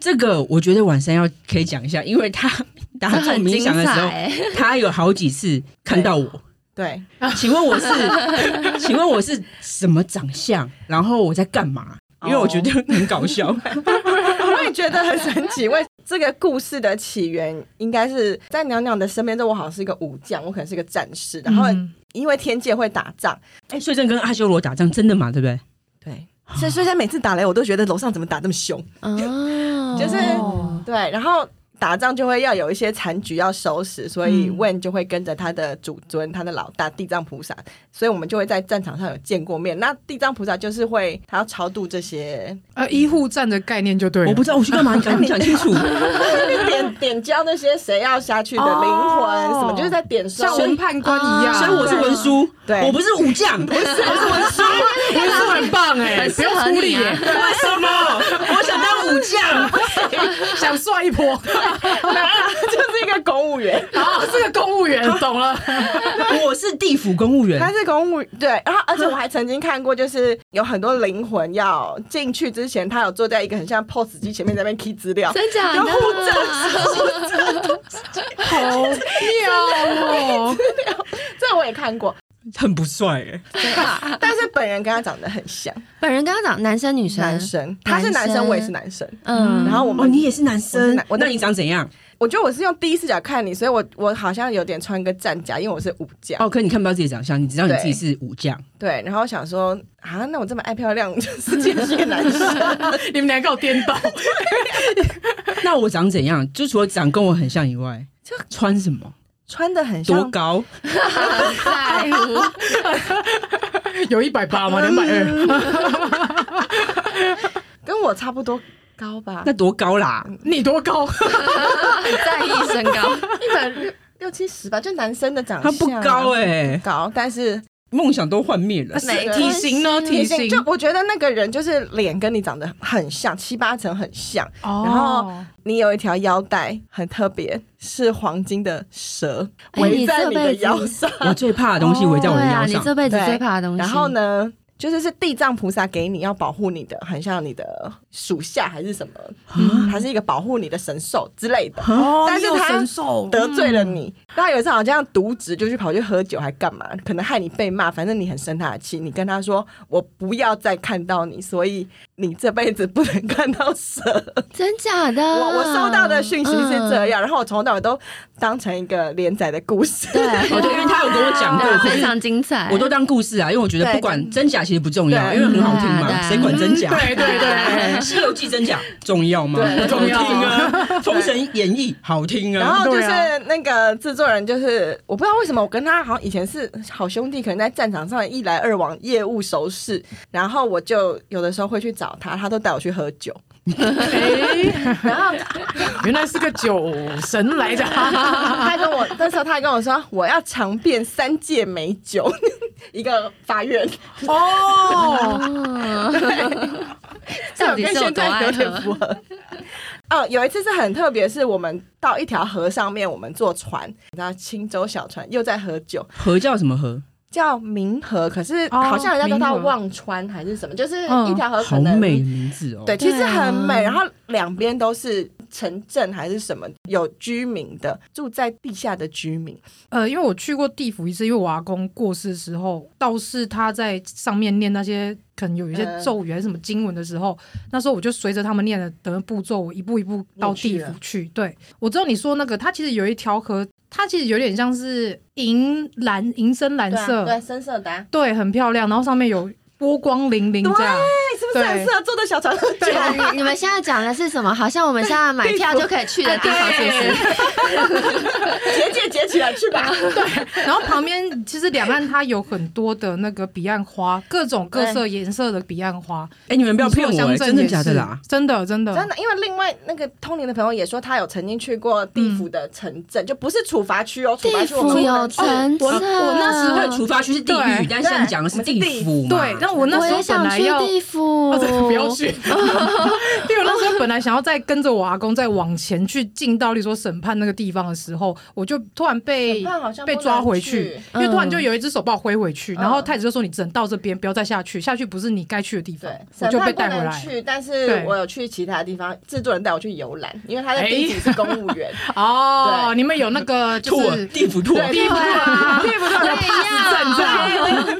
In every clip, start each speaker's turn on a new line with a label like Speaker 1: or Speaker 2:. Speaker 1: 这个我觉得晚上要可以讲一下，因为他 打
Speaker 2: 这
Speaker 1: 坐
Speaker 2: 很
Speaker 1: 冥
Speaker 2: 精
Speaker 1: 想的时候，
Speaker 2: 彩欸，
Speaker 1: 他有好几次看 到我。
Speaker 3: 对，
Speaker 1: 请问我是， 请问我是什么长相？然后我在干嘛？
Speaker 3: 哦
Speaker 1: 因为我觉得很搞 笑。
Speaker 3: 我也觉得很神奇。为这个故事的起源，应该是在娘娘的身边，这我好像是一个武将，我可能是一个战士，然后
Speaker 2: 嗯
Speaker 3: 因为天界会打仗，
Speaker 1: 哎，睡正跟阿修罗打仗真的吗？对不对？
Speaker 3: 对，所以所以他每次打雷，我都觉得楼上怎么打这么凶，
Speaker 2: 哦，
Speaker 3: 就是对，然后。打仗就会要有一些残局要收拾，所
Speaker 2: 嗯
Speaker 3: 以 Wen 就会跟着他的主尊、他的老大地藏菩萨，所以我们就会在战场上有见过面。那地藏菩萨就是会他要超度这些
Speaker 4: 呃，医护站的概念就对了。
Speaker 1: 我不知道我去干嘛，你讲你讲清 楚。
Speaker 3: 就是点点交那些谁要下去的灵魂
Speaker 4: 哦
Speaker 3: 什么，就是在点收。
Speaker 4: 像文判官一样，
Speaker 1: 啊所以我 是文书，
Speaker 3: 对
Speaker 1: 我不是武将， 不是，我是文书。
Speaker 4: 文书很棒哎，
Speaker 2: 很
Speaker 4: 不
Speaker 2: 适
Speaker 4: 用
Speaker 2: 合
Speaker 4: 出
Speaker 2: 你
Speaker 4: 力
Speaker 2: 啊
Speaker 4: 耶，
Speaker 1: 为什么？我想当武 将。
Speaker 4: 想帅一波。
Speaker 3: 就是一个公务 员，
Speaker 4: 好，是个公务员，懂了。
Speaker 1: 我是地府公务员
Speaker 3: 他，是公务对，然后而且我还曾经看过，就是有很多灵魂要进去之前，他有坐在一个很像 POS 机前面在那边 key 资料，
Speaker 2: 真假的
Speaker 3: 有护证，
Speaker 4: 好妙哦！
Speaker 3: 这我也看过，
Speaker 1: 很不帅哎。
Speaker 3: 但是本人跟他长得很像，
Speaker 2: 本人刚刚讲男生女生，
Speaker 3: 男生，他是
Speaker 2: 男
Speaker 3: 男生，
Speaker 2: 生
Speaker 3: 我也是男生，
Speaker 2: 嗯，
Speaker 3: 然后我
Speaker 1: 哦，
Speaker 3: 们
Speaker 1: 你也是男
Speaker 3: 我是
Speaker 1: 生
Speaker 3: 男，我
Speaker 1: 那你长怎样？
Speaker 3: 我觉得我是用第一视角看你，所以我我好像有点穿个战甲，因为我是武将，
Speaker 1: 哦，可你看不到自己的长相，你知道你
Speaker 3: 对
Speaker 1: 自己是武将。
Speaker 3: 对，然后想说啊，那我这么爱漂亮， 就是竟然是一个男生。
Speaker 4: 你们两个我颠倒，
Speaker 1: 那我长怎样？就除了长跟我很像以外，就穿什么？
Speaker 3: 穿的很
Speaker 1: 多
Speaker 3: 像，
Speaker 1: 高？
Speaker 2: 很在乎，
Speaker 4: 有一百八吗？两百二？
Speaker 3: 跟我差不多高吧
Speaker 1: 那，多高啦？
Speaker 3: 嗯
Speaker 4: 你多高？
Speaker 2: 很在意身高，
Speaker 3: 一百六六七十吧，就男生的长
Speaker 1: 他
Speaker 3: 相、
Speaker 1: 不高
Speaker 3: 哎、
Speaker 1: 哎、
Speaker 3: 高，但是
Speaker 1: 梦想都幻灭 了。
Speaker 3: 没
Speaker 4: 体型呢？体型
Speaker 3: 就我觉得那个人就是脸跟你长得很像，七八成很像。然后
Speaker 4: 哦，
Speaker 3: 你有一条腰带很特别，是黄金的蛇
Speaker 2: 哎
Speaker 3: 围在
Speaker 2: 你
Speaker 3: 你
Speaker 2: 这
Speaker 3: 的
Speaker 2: 辈子
Speaker 3: 腰上，
Speaker 1: 我最怕的东西围在
Speaker 2: 对
Speaker 1: 我的腰
Speaker 2: 啊，你
Speaker 1: 上。
Speaker 2: 这辈子
Speaker 3: 对
Speaker 2: 最怕的东西。
Speaker 3: 然后？呢？就是是地藏菩萨给你要保护你的，很像你的属下还是什么，还是一个保护你的神兽之类的。
Speaker 4: 哦
Speaker 3: 嗯但是
Speaker 4: 你有
Speaker 3: 他
Speaker 4: 神兽
Speaker 3: 得罪
Speaker 2: 嗯
Speaker 3: 了你。那有一次好像渎职，就去跑去喝酒，还干嘛？可能害你被骂，反正你很生他的气。你跟他说：“我不要再看到你，所以你这辈子不能看到蛇。
Speaker 2: 真假的？
Speaker 3: 我我收到的讯息是这
Speaker 2: 啊嗯。
Speaker 3: 样，然后我从头到尾都当成一个连载的故事。
Speaker 2: 对，
Speaker 1: 哦，对，因为他有跟我讲过，
Speaker 2: 对啊
Speaker 1: 可
Speaker 2: 非
Speaker 1: 是
Speaker 2: 常精彩。
Speaker 1: 我都当故事啊，因为我觉得
Speaker 3: 对
Speaker 1: 不管真假其实不重要，
Speaker 3: 对
Speaker 1: 因为很好听嘛
Speaker 2: 对啊对，啊
Speaker 1: 谁管真假？
Speaker 4: 对对 对，
Speaker 1: 《西游记》真假 重要吗？
Speaker 3: 对
Speaker 1: 好听啊，《 封
Speaker 3: 对
Speaker 1: 神演义》好听
Speaker 3: 然
Speaker 1: 啊。
Speaker 3: 后就是
Speaker 4: 对啊
Speaker 3: 那个制作人，就是我不知道为什么我跟他好像以前是好兄弟，可能在战场上一来二往，业务熟识。然后我就有的时候会去找他，他都带我去喝酒。
Speaker 4: 哎，
Speaker 3: 然后
Speaker 4: 原来是个酒神来着。
Speaker 3: 他跟我那时候他还跟我说，我要尝遍三界美酒， 一个法院，
Speaker 4: 哦，
Speaker 2: 嗯， 到
Speaker 3: 这种
Speaker 2: 底是
Speaker 3: 跟
Speaker 2: 有
Speaker 3: 现
Speaker 2: 多
Speaker 3: 在
Speaker 2: 爱
Speaker 3: 有点
Speaker 2: 喝？
Speaker 3: 符合。哦，有一次是很特别，是我们到一条河上面，我们坐船，然后青州小船又在喝酒，
Speaker 1: 河叫什么河？
Speaker 3: 叫明河，可是
Speaker 4: 哦
Speaker 3: 好像人家叫它
Speaker 4: 明河
Speaker 3: 忘川还是什么，就是
Speaker 4: 嗯
Speaker 3: 一条河
Speaker 1: 好
Speaker 3: 可能
Speaker 1: 美的名字哦。
Speaker 3: 对，，其实
Speaker 2: 对啊
Speaker 3: 很美，然后两边都是城镇还是什么，有居民的，住在地下的居民。
Speaker 4: 呃，因为我去过地府一次，因为我阿公过世的时候，倒是他在上面念那些可能有一些
Speaker 3: 嗯
Speaker 4: 咒语还是什么经文的时候，那时候我就随着他们念的的步骤，我一步一步到地
Speaker 3: 你去
Speaker 4: 府
Speaker 3: 了
Speaker 4: 去。对，我知道你说那个，它其实有一条河，它其实有点像是银蓝银深蓝
Speaker 3: 对啊
Speaker 4: 色，
Speaker 3: 对，深色的啊，
Speaker 4: 对很漂亮，然后上面有波光粼粼这样。
Speaker 3: 哎对，是不是很
Speaker 4: 对
Speaker 3: 适合坐在小船 喝酒？
Speaker 2: 对啊，你你们现在讲的是什么？好像我们现在买票就可以去的地方，是不是？
Speaker 3: 结界结起来去 吧。
Speaker 4: 然后旁边其实两岸它有很多的那个彼岸花，各种各色颜色的彼岸花。
Speaker 1: 哎，你们不要骗
Speaker 4: 你
Speaker 1: 我
Speaker 4: 说
Speaker 1: 哎，
Speaker 4: 乡镇
Speaker 1: 真的
Speaker 4: 也
Speaker 1: 假的
Speaker 4: 是
Speaker 1: 啦？？
Speaker 4: 真的真的
Speaker 3: 真的，因为另外那个通灵的朋友也说，他有曾经去过地府的城镇，就不是处罚区哦，处罚
Speaker 2: 地
Speaker 3: 区我们
Speaker 2: 府
Speaker 3: 不
Speaker 2: 有
Speaker 3: 能去。哦
Speaker 2: 城镇，
Speaker 1: 我我那时候处罚区是地狱
Speaker 4: 对，
Speaker 1: 但现在讲的是地府嘛。
Speaker 4: 对，但我那
Speaker 2: 我
Speaker 4: 时
Speaker 2: 也
Speaker 4: 候本
Speaker 2: 想
Speaker 4: 来
Speaker 2: 去
Speaker 4: 要
Speaker 2: 地府，哦
Speaker 4: 哦，真 的不要 去。因为我那时候本来想要再跟着我阿公再往前去进到，例如说审判那个地方的时候，我就突然被
Speaker 3: 审判好像不
Speaker 4: 被
Speaker 3: 能
Speaker 4: 抓回
Speaker 3: 去
Speaker 4: 因为突然
Speaker 2: 嗯
Speaker 4: 就有一只手把我挥回去，然后
Speaker 3: 嗯
Speaker 4: 太子就说你只能到这边，不要再下去，下去不是你该去的地
Speaker 3: 对，，
Speaker 4: 方我
Speaker 3: 审
Speaker 4: 就被
Speaker 3: 判不
Speaker 4: 带回
Speaker 3: 能
Speaker 4: 来。
Speaker 3: 去，但是
Speaker 4: 对
Speaker 3: 我有去其他地方，制作人带我去游览，因为他的
Speaker 4: 哎
Speaker 3: 第一是公务员，
Speaker 4: 哦，
Speaker 3: 对
Speaker 4: 你们有那个就
Speaker 1: 拓
Speaker 4: 是
Speaker 1: 地府拓，
Speaker 3: 对
Speaker 4: 地府
Speaker 2: 啊
Speaker 4: 地府的 pass 证这样。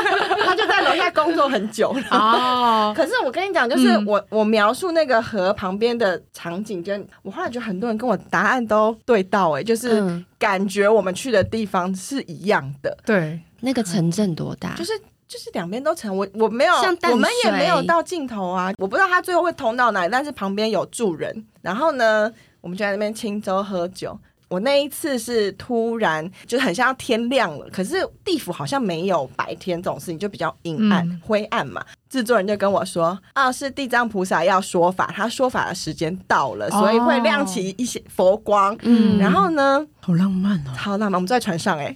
Speaker 3: 他就在楼下工作很久了。
Speaker 4: 哦，
Speaker 3: 可是我跟你讲，就是
Speaker 4: 嗯
Speaker 3: 我、我描述那个河旁边的场景，跟我后来觉得很多人跟我答案都对到、哎，就是
Speaker 2: 嗯，
Speaker 3: 感觉我们去的地方是一样的，
Speaker 4: 对，
Speaker 2: 那个城镇多大？
Speaker 3: 就是就是两边都成，我我没有
Speaker 2: 像，淡水
Speaker 3: 我们也没有到尽头啊，我不知道他最后会通到哪里，但是旁边有住人，然后呢，我们就在那边轻舟喝酒。我那一次是突然，就是很像要天亮了，可是地府好像没有白天这种事情，就比较阴暗、
Speaker 4: 嗯
Speaker 3: 灰暗嘛。制作人就跟我说：“啊，是地藏菩萨要说法，他说法的时间到了，所以会亮起一些佛光。
Speaker 2: 哦嗯
Speaker 3: 然后呢，
Speaker 1: 好浪漫哦。
Speaker 3: 好浪漫，我们坐在船上哎、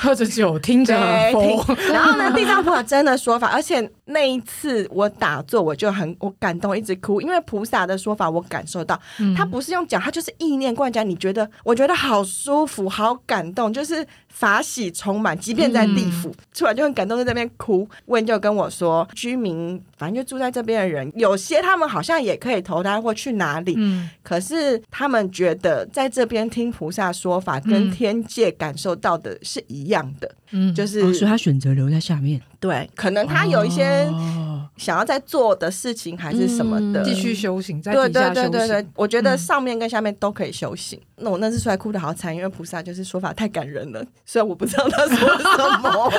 Speaker 4: 喝着酒，听着
Speaker 3: 对
Speaker 4: 佛，
Speaker 3: 然后呢，地藏菩萨真的说法，而且那一次我打坐，我就很我感动，一直哭，因为菩萨的说法我感受到，
Speaker 4: 嗯
Speaker 3: 他不是用讲，他就是意念灌讲，你觉得我觉得好舒服，好感动，就是法喜充满，即便在地府，
Speaker 4: 嗯
Speaker 3: 突然就很感动，在那边哭。问就跟我说，居民反正就住在这边的人，有些他们好像也可以投胎或去哪里，
Speaker 4: 嗯，
Speaker 3: 可是他们觉得在这边听菩萨说法，跟
Speaker 4: 嗯
Speaker 3: 天界感受到的是一样的，
Speaker 4: 嗯
Speaker 3: 就
Speaker 1: 哦，所以
Speaker 3: 是
Speaker 1: 他选择留在下面，
Speaker 3: 对，可能他有一些。
Speaker 1: 哦
Speaker 3: 想要在做的事情还是什么的。
Speaker 2: 嗯
Speaker 4: 继续修行，在
Speaker 3: 对
Speaker 4: 底
Speaker 3: 对
Speaker 4: 下
Speaker 3: 对
Speaker 4: 修
Speaker 3: 对对
Speaker 4: 行。，
Speaker 3: 我觉得
Speaker 4: 嗯
Speaker 3: 上面跟下面都可以修行。那我那次出来哭的好惨，因为菩萨就是说法太感人了， 虽然我不知道他说什么。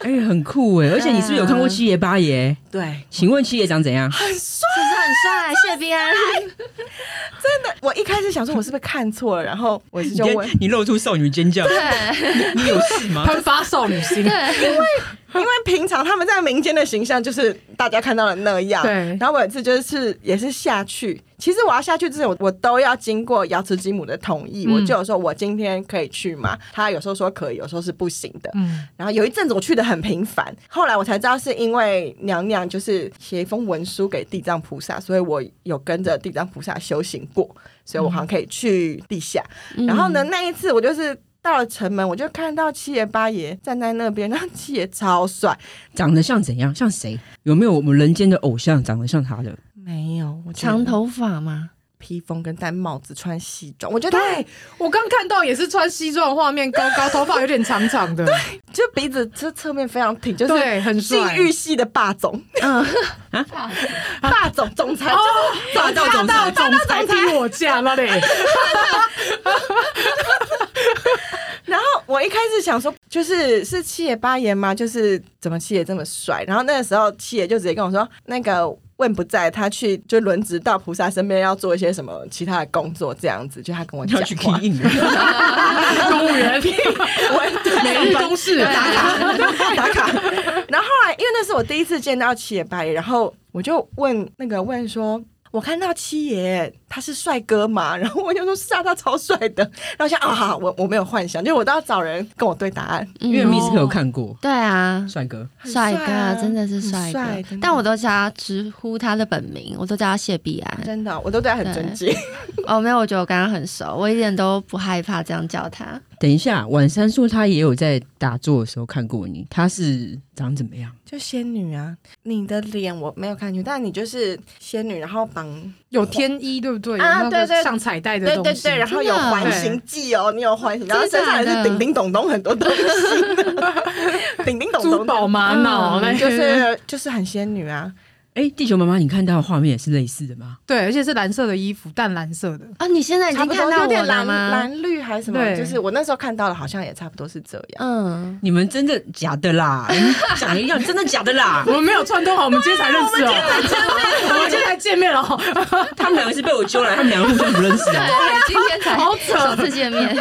Speaker 1: 哎、很酷
Speaker 4: 啊
Speaker 1: 哎！而且你是不是有看过七爷八爷？
Speaker 3: 对
Speaker 1: 请问七爷长怎样？
Speaker 2: 其实很帅，谢必安。
Speaker 3: 我一开始想说我是不是看错了，然后我
Speaker 1: 你
Speaker 3: 就问，
Speaker 1: 你露出少女尖叫，
Speaker 2: 对
Speaker 1: 你有事吗？
Speaker 4: 喷发少女心，
Speaker 2: 对，
Speaker 3: 因为平常他们在民间的形象就是大家看到的那样。
Speaker 4: 对
Speaker 3: 然后我有一次就是也是下去，其实我要下去之前，我我都要经过瑶池金母的同意，
Speaker 4: 嗯
Speaker 3: 我就有说我今天可以去吗？他有时候说可以，有时候是不行的。
Speaker 4: 嗯，
Speaker 3: 然后有一阵子我去的很频繁，后来我才知道是因为娘娘就是写一封文书给地藏菩萨，所以我有跟着地藏菩萨修行过，所以我好像可以去地下。然后呢，那一次我就是。到了城门，我就看到七爷八爷站在那边，然后七爷超帅，
Speaker 1: 长得像怎样？像谁？有没有我们人间的偶像长得像他的？
Speaker 3: 没有我觉得
Speaker 2: 长头发吗？
Speaker 3: 披风跟戴帽子穿西装，我觉得
Speaker 4: 对我刚看到也是穿西装的画面，高高，头发有点长长的，
Speaker 3: 他就鼻子这侧面非常挺，就是
Speaker 4: 对，很
Speaker 3: 性
Speaker 4: 帅。
Speaker 3: 欲系的霸总，
Speaker 2: 嗯，
Speaker 3: 霸总总裁就是
Speaker 1: 霸道总裁，
Speaker 4: 总裁逼我嫁了 嘞！
Speaker 3: 然后我一开始想说，就是是七爷八爷吗？就是怎么七爷这么帅？然后那个时候七爷就直接跟我说，那个问不在，他去就轮值到菩萨身边，要做一些什么其他的工作，这样子。就他跟我讲
Speaker 1: 要去 key
Speaker 3: 话，
Speaker 1: in 了，
Speaker 4: 公务 员，每日公事，
Speaker 3: 啊打卡。然后后来，因为那是我第一次见到七爷八爷，然后我就问那个问说。我看到七爷他是帅哥嘛， 然后我就说是啊，他超帅的。然后我想啊，好我我没有幻想，就是我都要找人跟我对答案。
Speaker 1: 因为
Speaker 2: 嗯
Speaker 1: Miss 有看过
Speaker 4: 哦
Speaker 2: 对啊，
Speaker 1: 帅哥，
Speaker 3: 很
Speaker 2: 帅
Speaker 3: 帅啊
Speaker 2: 哥真的是
Speaker 3: 很
Speaker 2: 帅
Speaker 3: 帅
Speaker 2: 哥
Speaker 3: 真，的
Speaker 2: 但我都叫他直呼他的本名，我都叫他谢必安。
Speaker 3: 真的，我都对他很尊敬。
Speaker 2: 哦，没有，我觉得我跟他很熟，我一点都不害怕这样叫他。
Speaker 1: 等一下，晚山说他也有在打坐的时候看过你，他是长怎么样？
Speaker 3: 就仙女啊，你的脸我没有看清，但你就是仙女，然后绑
Speaker 4: 有天衣对不对？有
Speaker 3: 啊
Speaker 4: 那
Speaker 3: 对
Speaker 4: 个
Speaker 3: 对
Speaker 4: 上彩带的
Speaker 3: 对对
Speaker 4: 东西
Speaker 3: 对，，然后有
Speaker 2: 真的
Speaker 3: 环形记哦，你有环形，
Speaker 2: 真
Speaker 3: 然后
Speaker 2: 的
Speaker 3: 身上也
Speaker 2: 假
Speaker 3: 是
Speaker 2: 的
Speaker 3: 叮叮咚咚很多东西，叮叮咚
Speaker 4: 珠
Speaker 3: 咚
Speaker 4: 宝
Speaker 3: 的。嗯
Speaker 4: 玛瑙嘞，
Speaker 3: 就是就是很仙女啊，
Speaker 1: 哎、地球妈妈，你看到的画面也是类似的吗？
Speaker 4: 对，而且是蓝色的衣服，淡蓝色的。
Speaker 2: 啊，你现在已
Speaker 3: 差
Speaker 2: 经
Speaker 3: 不
Speaker 2: 看
Speaker 3: 多
Speaker 2: 到
Speaker 3: 有
Speaker 2: 我
Speaker 3: 点
Speaker 2: 了
Speaker 3: 蓝
Speaker 2: 吗？
Speaker 3: 蓝绿还是什么，
Speaker 4: 对
Speaker 3: 就是我那时候看到了，好像也差不多是这样。
Speaker 2: 嗯，
Speaker 1: 你们真的假的啦？你们长一样，真的假的啦
Speaker 4: 我？们没有串通好，我们今天才认识
Speaker 3: 啊
Speaker 4: 哦， 我们今天才见面哦，
Speaker 1: 他们两个是被我揪来，他们两个互相不认识啊！
Speaker 2: 对，今天才
Speaker 4: 好扯
Speaker 2: 首次见面，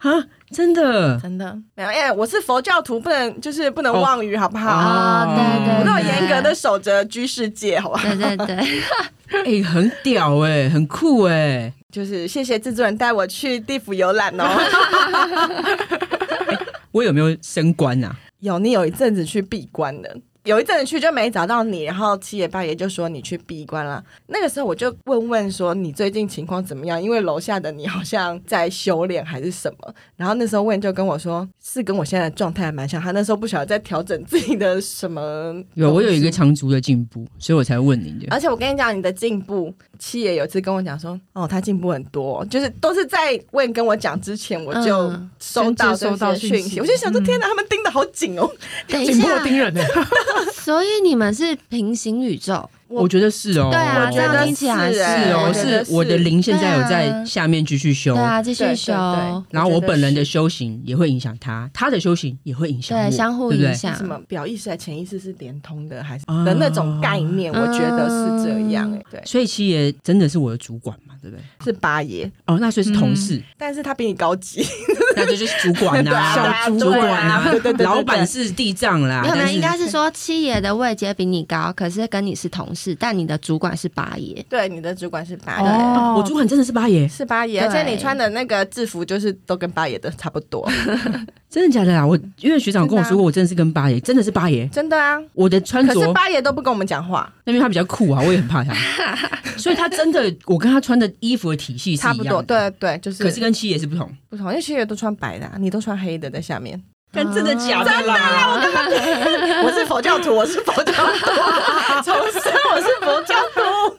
Speaker 1: 啊，真的
Speaker 3: 真的没有，因为我是佛教徒，不能就是不能
Speaker 1: 哦
Speaker 3: 妄语，好不好？
Speaker 2: 哦，对对，
Speaker 3: 我都有
Speaker 2: 对
Speaker 3: 严格的守着居世界，好吧？
Speaker 2: 对对对，
Speaker 1: 哎、很屌哎、很酷哎、
Speaker 3: 就是谢谢制作人带我去地府游 览哦。
Speaker 1: 我有没有升官啊？啊
Speaker 3: 有，你有一阵子去闭关的，有一阵子去就没找到你，然后七爷八爷就说你去闭关了。那个时候我就问问说你最近情况怎么样？因为楼下的你好像在修炼还是什么。然后那时候问就跟我说是跟我现在的状态还蛮像，他那时候不晓得在调整自己的什么。
Speaker 1: 有我有一个，长足的进步，所以我才问你的。
Speaker 2: 呃
Speaker 3: 而且我跟你讲你的进步，七爷有一次跟我讲说哦他进步很多，就是都是在问跟我讲之前我就
Speaker 2: 嗯
Speaker 3: 收到
Speaker 4: 甚至
Speaker 3: 这
Speaker 4: 收到
Speaker 3: 些
Speaker 4: 讯
Speaker 3: 讯息，
Speaker 4: 息
Speaker 3: 我就想说
Speaker 4: 嗯
Speaker 3: 天哪，他们盯的好紧哦。
Speaker 2: 等一
Speaker 4: 紧迫
Speaker 2: 下，
Speaker 4: 盯人呢。
Speaker 2: 所以你们是平行宇宙，
Speaker 1: 我觉得是哦，
Speaker 2: 对
Speaker 1: 我
Speaker 2: 啊，这
Speaker 1: 觉
Speaker 2: 样
Speaker 1: 得
Speaker 2: 听起来
Speaker 3: 是
Speaker 1: 是
Speaker 3: 欸
Speaker 1: 哦，
Speaker 3: 我觉得
Speaker 1: 是我的
Speaker 3: 是
Speaker 1: 灵现在有
Speaker 2: 对
Speaker 1: 在
Speaker 2: 啊
Speaker 1: 下面继续修，
Speaker 2: 对啊，继
Speaker 3: 对
Speaker 2: 续
Speaker 3: 对
Speaker 2: 修，
Speaker 3: 对
Speaker 1: 然后我
Speaker 3: 觉得
Speaker 1: 本人的
Speaker 3: 是
Speaker 1: 修行也会影响他，他的修行也会影响我，
Speaker 2: 对，相互
Speaker 1: 对不对
Speaker 2: 影响
Speaker 3: 什。么表意识还潜意识是连通的，还是
Speaker 1: 啊
Speaker 3: 的那种概念，我觉得是这样、哎，对，
Speaker 1: 所以七爷真的是我的主管嘛，对不对？
Speaker 3: 是八爷，
Speaker 1: 哦，那所以是同
Speaker 2: 嗯
Speaker 1: 事，
Speaker 3: 但是他比你高级，
Speaker 1: 那这就是主管
Speaker 3: 对
Speaker 1: 呐、
Speaker 3: 啊对
Speaker 1: 啊，
Speaker 3: 啊
Speaker 1: 主
Speaker 3: 对啊
Speaker 1: 管呐、
Speaker 3: 对对对对
Speaker 1: 老板是地藏啦，
Speaker 2: 没有，没
Speaker 1: 啊但
Speaker 2: 有，
Speaker 1: 是
Speaker 2: 应该是说七爷的位阶比你高，可是跟你是同事，但你的主管是八爷。
Speaker 3: 对，你的主管是八爷。
Speaker 4: 哦，
Speaker 1: 我主管真的是八爷，
Speaker 3: 是八爷，而
Speaker 2: 对
Speaker 3: 且你穿的那个制服就是都跟八爷的差不多，
Speaker 1: 真的假的啦？我因为学长跟我
Speaker 3: 真的啊
Speaker 1: 说过，我真的是跟八爷，真的是八爷。
Speaker 3: 真的啊。
Speaker 1: 我的穿
Speaker 3: 可是
Speaker 1: 着，
Speaker 3: 八爷都不跟我们讲话，
Speaker 1: 那边他比较酷啊，我也很怕他， 所以他真的，我跟他穿的衣服的体系是
Speaker 3: 差
Speaker 1: 一
Speaker 3: 不多，
Speaker 1: 样的，
Speaker 3: 对对，就是。
Speaker 1: 可是跟七爷是不同。
Speaker 3: 不同，因为七爷都穿白的啊、你都穿黑的在下 面。
Speaker 1: 跟真的假的
Speaker 2: 啊
Speaker 1: 啦？
Speaker 3: 我是佛教徒，我是佛教徒，从生我是佛教徒。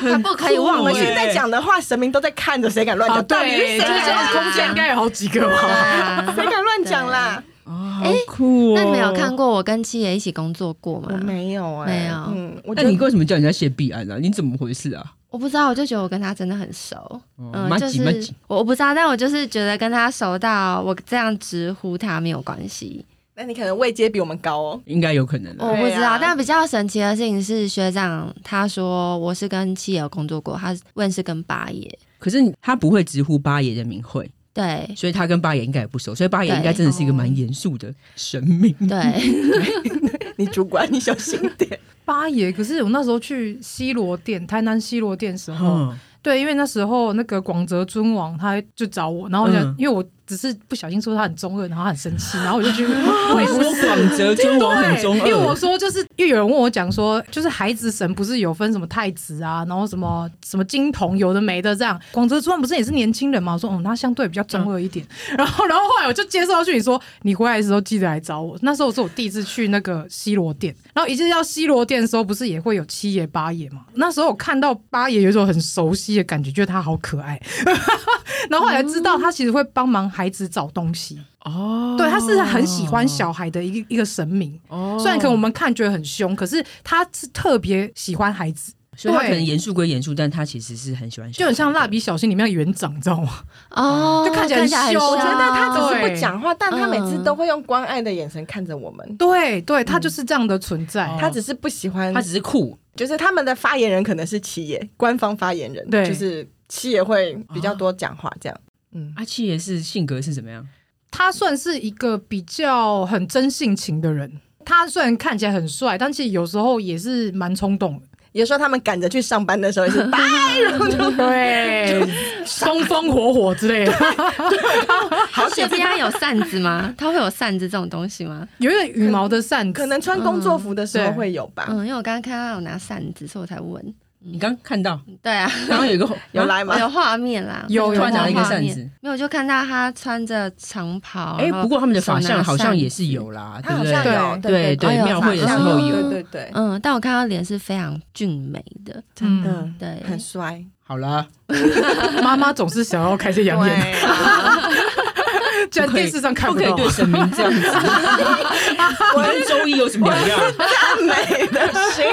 Speaker 2: 他不可以忘
Speaker 1: 酷
Speaker 3: 我
Speaker 2: 我
Speaker 3: 们
Speaker 1: 欸
Speaker 3: 现在讲的话，神明都在看着，谁敢乱
Speaker 4: 哦
Speaker 3: 讲？到底
Speaker 4: 对，
Speaker 3: 是
Speaker 4: 就
Speaker 3: 谁啊敢
Speaker 4: 是这样
Speaker 3: 乱
Speaker 4: 的空间应该有好几个
Speaker 2: 对
Speaker 4: 吧？
Speaker 2: 啊
Speaker 3: 谁敢乱讲啦？
Speaker 1: 哦，
Speaker 3: 哎
Speaker 1: 好酷哦！
Speaker 2: 那你们有看？过我跟七爷一起工作过吗？
Speaker 3: 我没有哎、
Speaker 2: 没有
Speaker 3: 嗯，我
Speaker 1: 那
Speaker 3: 觉得
Speaker 1: 你为什么叫人家谢必安啊？你怎么回事啊？
Speaker 2: 我不知道，我就觉得我跟他真的很熟，
Speaker 1: 哦
Speaker 2: 嗯，
Speaker 1: 蛮
Speaker 2: 就
Speaker 1: 紧蛮紧
Speaker 2: 是我我不知道，但我就是觉得跟他熟到我这样直呼他没有关系，
Speaker 3: 那你可能位阶比我们高哦。
Speaker 1: 应该有可能的。
Speaker 2: 我不知道。
Speaker 3: 对啊
Speaker 2: 但比较神奇的事情是，学长他说我是跟七爷有工作过，他问是跟八爷，
Speaker 1: 可是他不会直呼八爷的名讳，
Speaker 2: 对
Speaker 1: 所以他跟八爷应该也不熟，所以八爷
Speaker 2: 对
Speaker 1: 应该真的是一个蛮严肃的神明。
Speaker 2: 对，
Speaker 3: 你主管，你小心一点。
Speaker 4: 八爷，可是我那时候去西罗店，台南西罗店时候，
Speaker 1: 嗯，
Speaker 4: 对，因为那时候那个广泽尊王他就找我，然后我就、
Speaker 1: 嗯
Speaker 4: 因为我只是不小心说他很中二，然后他很生气，然后我就去回
Speaker 1: 你说广泽尊王很 中
Speaker 4: 因为我
Speaker 1: 二，
Speaker 4: 说就是，因为有人问我讲说，就是孩子神不是有分什么太子啊，然后什么什么金童，有的没的这样。广泽尊王不是也是年轻人嘛？我说，嗯，他相对比较中二一点。 然后，然后后来我就接受到讯息说，你回来的时候记得来找我。那时候是我第一次去那个西罗店，然后一直到西罗店的时候，不是也会有七爷八爷嘛？那时候我看到八爷有一种很熟悉的感觉，觉得他好可爱。 然后后来知道他其实会帮忙孩子找东西，
Speaker 1: 哦
Speaker 4: 对，他是很喜欢小孩的一个一个神明。
Speaker 1: 哦
Speaker 4: 虽然可能我们看觉得很凶，可是他是特别喜欢孩子，
Speaker 1: 所以他可
Speaker 4: 对
Speaker 1: 能严肃归严肃，但他其实是很喜欢小孩
Speaker 4: 就
Speaker 1: 的，
Speaker 4: 很像蜡笔小新里面的园长，你知道吗？
Speaker 2: 哦，
Speaker 4: 就看起来很凶
Speaker 2: 凶
Speaker 4: 我
Speaker 3: 我觉得
Speaker 1: 哦
Speaker 3: 他只是
Speaker 4: 对
Speaker 3: 不讲话，但他每
Speaker 1: 嗯
Speaker 3: 次都会用关爱的眼神看着我们。
Speaker 4: 对对，他就是这样的存在。
Speaker 1: 哦
Speaker 4: 他
Speaker 3: 他只是不喜欢，
Speaker 1: 他只是酷，
Speaker 3: 就是他们的发言人可能是七爷，官方发言人，
Speaker 4: 对
Speaker 3: 就是七爷会比较多讲话这样。嗯，
Speaker 1: 阿七爷是性格是怎么样？
Speaker 4: 他算是一个比较很真性情的人。他虽然看起来很帅，但其实有时候也是蛮冲动的。
Speaker 3: 也说他们赶着去上班的时候也是拜，然后就
Speaker 4: 对，风风火火之类的，
Speaker 2: 好姐姐他有扇子吗？ 他会有扇子这种东西吗？
Speaker 4: 有点羽毛的扇
Speaker 3: 可
Speaker 4: 子。
Speaker 3: 能穿工作服的时候
Speaker 4: 嗯对
Speaker 3: 会有吧。
Speaker 2: 嗯，因为我刚刚看他有拿扇子，所以我才问。
Speaker 1: 你刚看到，
Speaker 2: 对啊，
Speaker 1: 刚刚有一个
Speaker 3: 有来吗
Speaker 2: 我？有画面啦，
Speaker 4: 有
Speaker 2: 我
Speaker 4: 有
Speaker 1: 突然
Speaker 4: 拿
Speaker 1: 讲了一个
Speaker 2: 画
Speaker 1: 扇
Speaker 2: 面
Speaker 1: 子，
Speaker 2: 没有，就看到他穿着长袍。
Speaker 1: 哎、
Speaker 2: 然后
Speaker 1: 不过他们的法
Speaker 2: 手拿
Speaker 1: 相好像
Speaker 2: 扇
Speaker 1: 也是有啦，对
Speaker 3: 他
Speaker 1: 不
Speaker 3: 好像
Speaker 1: 对？
Speaker 3: 有，
Speaker 1: 对
Speaker 3: 对
Speaker 1: 对，
Speaker 2: 哦有
Speaker 1: 庙会的时
Speaker 2: 法
Speaker 1: 候
Speaker 2: 相
Speaker 1: 有。
Speaker 3: 对对对，
Speaker 2: 嗯，但我看到脸是非常俊美的，
Speaker 3: 真的
Speaker 4: 嗯
Speaker 2: 对，
Speaker 3: 很帅。
Speaker 1: 好啦，
Speaker 4: 妈妈总是想要开些养眼，
Speaker 3: 对啊
Speaker 4: 居然
Speaker 1: 不可以
Speaker 4: 电视上看
Speaker 1: 不可以
Speaker 4: 到。
Speaker 1: 对神明这样子。 我跟周易有什么两样？
Speaker 3: 赞美的心，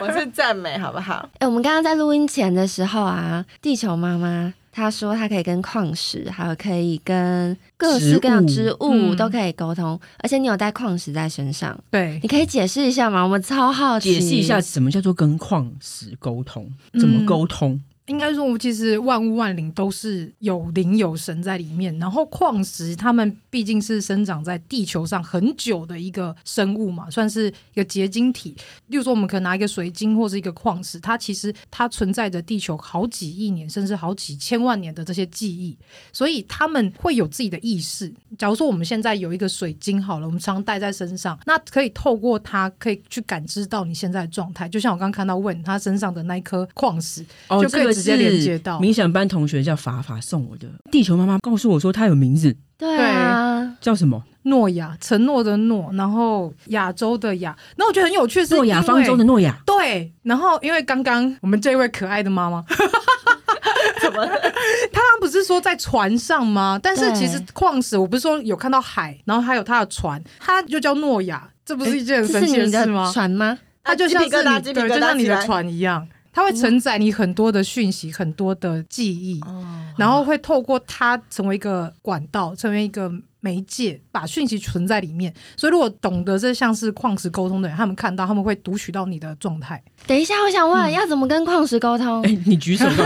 Speaker 3: 我是赞美，好不好？
Speaker 2: 哎、我们刚刚在录音前的时候啊，地球妈妈她说她可以跟矿石，还有可以跟各式各样
Speaker 1: 植
Speaker 2: 植
Speaker 4: 嗯
Speaker 2: 物都可以沟通，而且你有带矿石在身上，
Speaker 4: 对，
Speaker 2: 你可以解释一下吗？我们超好奇，
Speaker 1: 解释一下什么叫做跟矿石沟通，怎么沟通？
Speaker 4: 应该说，其实万物万灵都是有灵有神在里面。然后矿石，它们毕竟是生长在地球上很久的一个生物嘛，算是一个结晶体。例如说，我们可能拿一个水晶或是一个矿石，它其实它存在着地球好几亿年，甚至好几千万年的这些记忆，所以他们会有自己的意识。假如说我们现在有一个水晶好了，我们常戴在身上，那可以透过它可以去感知到你现在的状态。就像我刚刚看到问他身上的那一颗矿石，
Speaker 1: 哦，
Speaker 4: 就可
Speaker 1: 这
Speaker 4: 以
Speaker 1: 个
Speaker 4: 直接
Speaker 1: 是
Speaker 4: 连接到
Speaker 1: 冥想班同学叫法法送我的，地球妈妈告诉我说她有名字，
Speaker 2: 对啊，
Speaker 1: 叫什么？
Speaker 4: 诺亚承诺的诺，然后亚洲的亚，那我觉得很有趣是因
Speaker 1: 诺
Speaker 4: 为，
Speaker 1: 亚方舟的诺亚。
Speaker 4: 对，然后因为刚刚我们这位可爱的妈妈，
Speaker 3: 怎么 了？
Speaker 4: 她不是说在船上吗？但是
Speaker 2: 对
Speaker 4: 其实矿石，我不是说有看到海，然后还有她的船，它就叫诺亚，这不是一件很
Speaker 2: 这
Speaker 4: 神
Speaker 2: 是
Speaker 4: 奇
Speaker 2: 你
Speaker 4: 事
Speaker 2: 的
Speaker 4: 吗？
Speaker 2: 船吗？
Speaker 4: 它就像是
Speaker 3: 鸡皮疙瘩
Speaker 4: 你
Speaker 3: 鸡皮
Speaker 4: 对，
Speaker 3: 疙瘩
Speaker 4: 就像你
Speaker 3: 起
Speaker 4: 的
Speaker 3: 来
Speaker 4: 船一样，它会承载你很多的讯息，很多的记忆。
Speaker 3: 哦，
Speaker 4: 然后会透过它成为一个管道，成为一个媒介，把讯息存在里面。所以，如果懂得这像是矿石沟通的人，他们看到他们会读取到你的状态。
Speaker 2: 等一下，我想
Speaker 4: 嗯
Speaker 2: 问，要怎么跟矿石沟
Speaker 4: 哦
Speaker 2: 通？
Speaker 1: 哎，你举手 干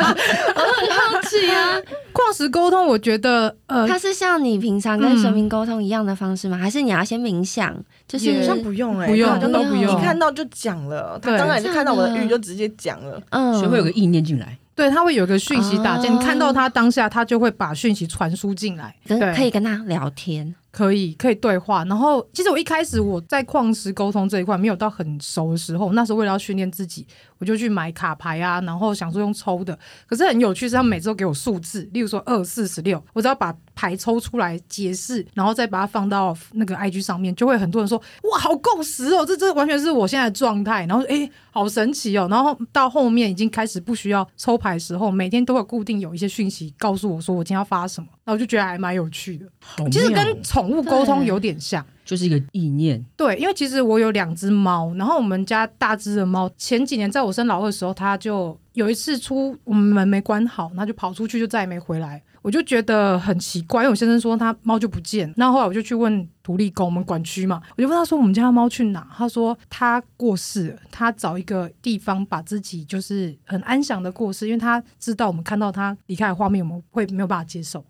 Speaker 1: 嘛？
Speaker 2: 好奇啊，
Speaker 4: 矿石沟通，我觉得呃，嗯
Speaker 2: 它是像你平常跟神明沟通一样的方式吗？还是你要先冥想？就是
Speaker 4: 也
Speaker 3: 好像不用哎，
Speaker 4: 不用
Speaker 3: 就
Speaker 4: 都不用
Speaker 3: 一看到就讲了，他
Speaker 4: 对
Speaker 3: 刚才就看到我的
Speaker 2: 真的
Speaker 3: 玉就直接讲了。
Speaker 2: 嗯
Speaker 1: 所以会有个意念进来。
Speaker 4: 对，它会有一个讯息打进，
Speaker 2: 哦
Speaker 4: 你看到它当下，它就会把讯息传输进来。
Speaker 2: 跟
Speaker 4: 对
Speaker 2: 可以跟他聊天，
Speaker 4: 可以可以对话。然后其实我一开始我在矿石沟通这一块没有到很熟的时候，那时候为了要训练自己，我就去买卡牌啊，然后想说用抽的。可是很有趣，是他们每次都给我数字，例如说二四十六，我只要把牌抽出来解释，然后再把它放到那个 IG 上面，就会很多人说哇，好共识哦，这这完全是我现在的状态。然后诶，好神奇哦。然后到后面已经开始不需要抽牌的时候，每天都有固定有一些讯息告诉我说我今天要发什么，那我就觉得还蛮有趣的。
Speaker 1: 好妙哦
Speaker 4: 嗯其实跟宠物沟通有点像。
Speaker 1: 就是一个意念，
Speaker 4: 对，因为其实我有两只猫，然后我们家大只的猫，前几年在我生老二的时候，它就有一次出我们门没关好，它就跑出去，就再也没回来。我就觉得很奇怪，因为我先生说他猫就不见了，那后来我就去问独立工，我们管区嘛，我就问他说我们家的猫去哪？他说他过世了，他找一个地方把自己就是很安详的过世，因为他知道我们看到他离开的画面，我们会没有办法接受，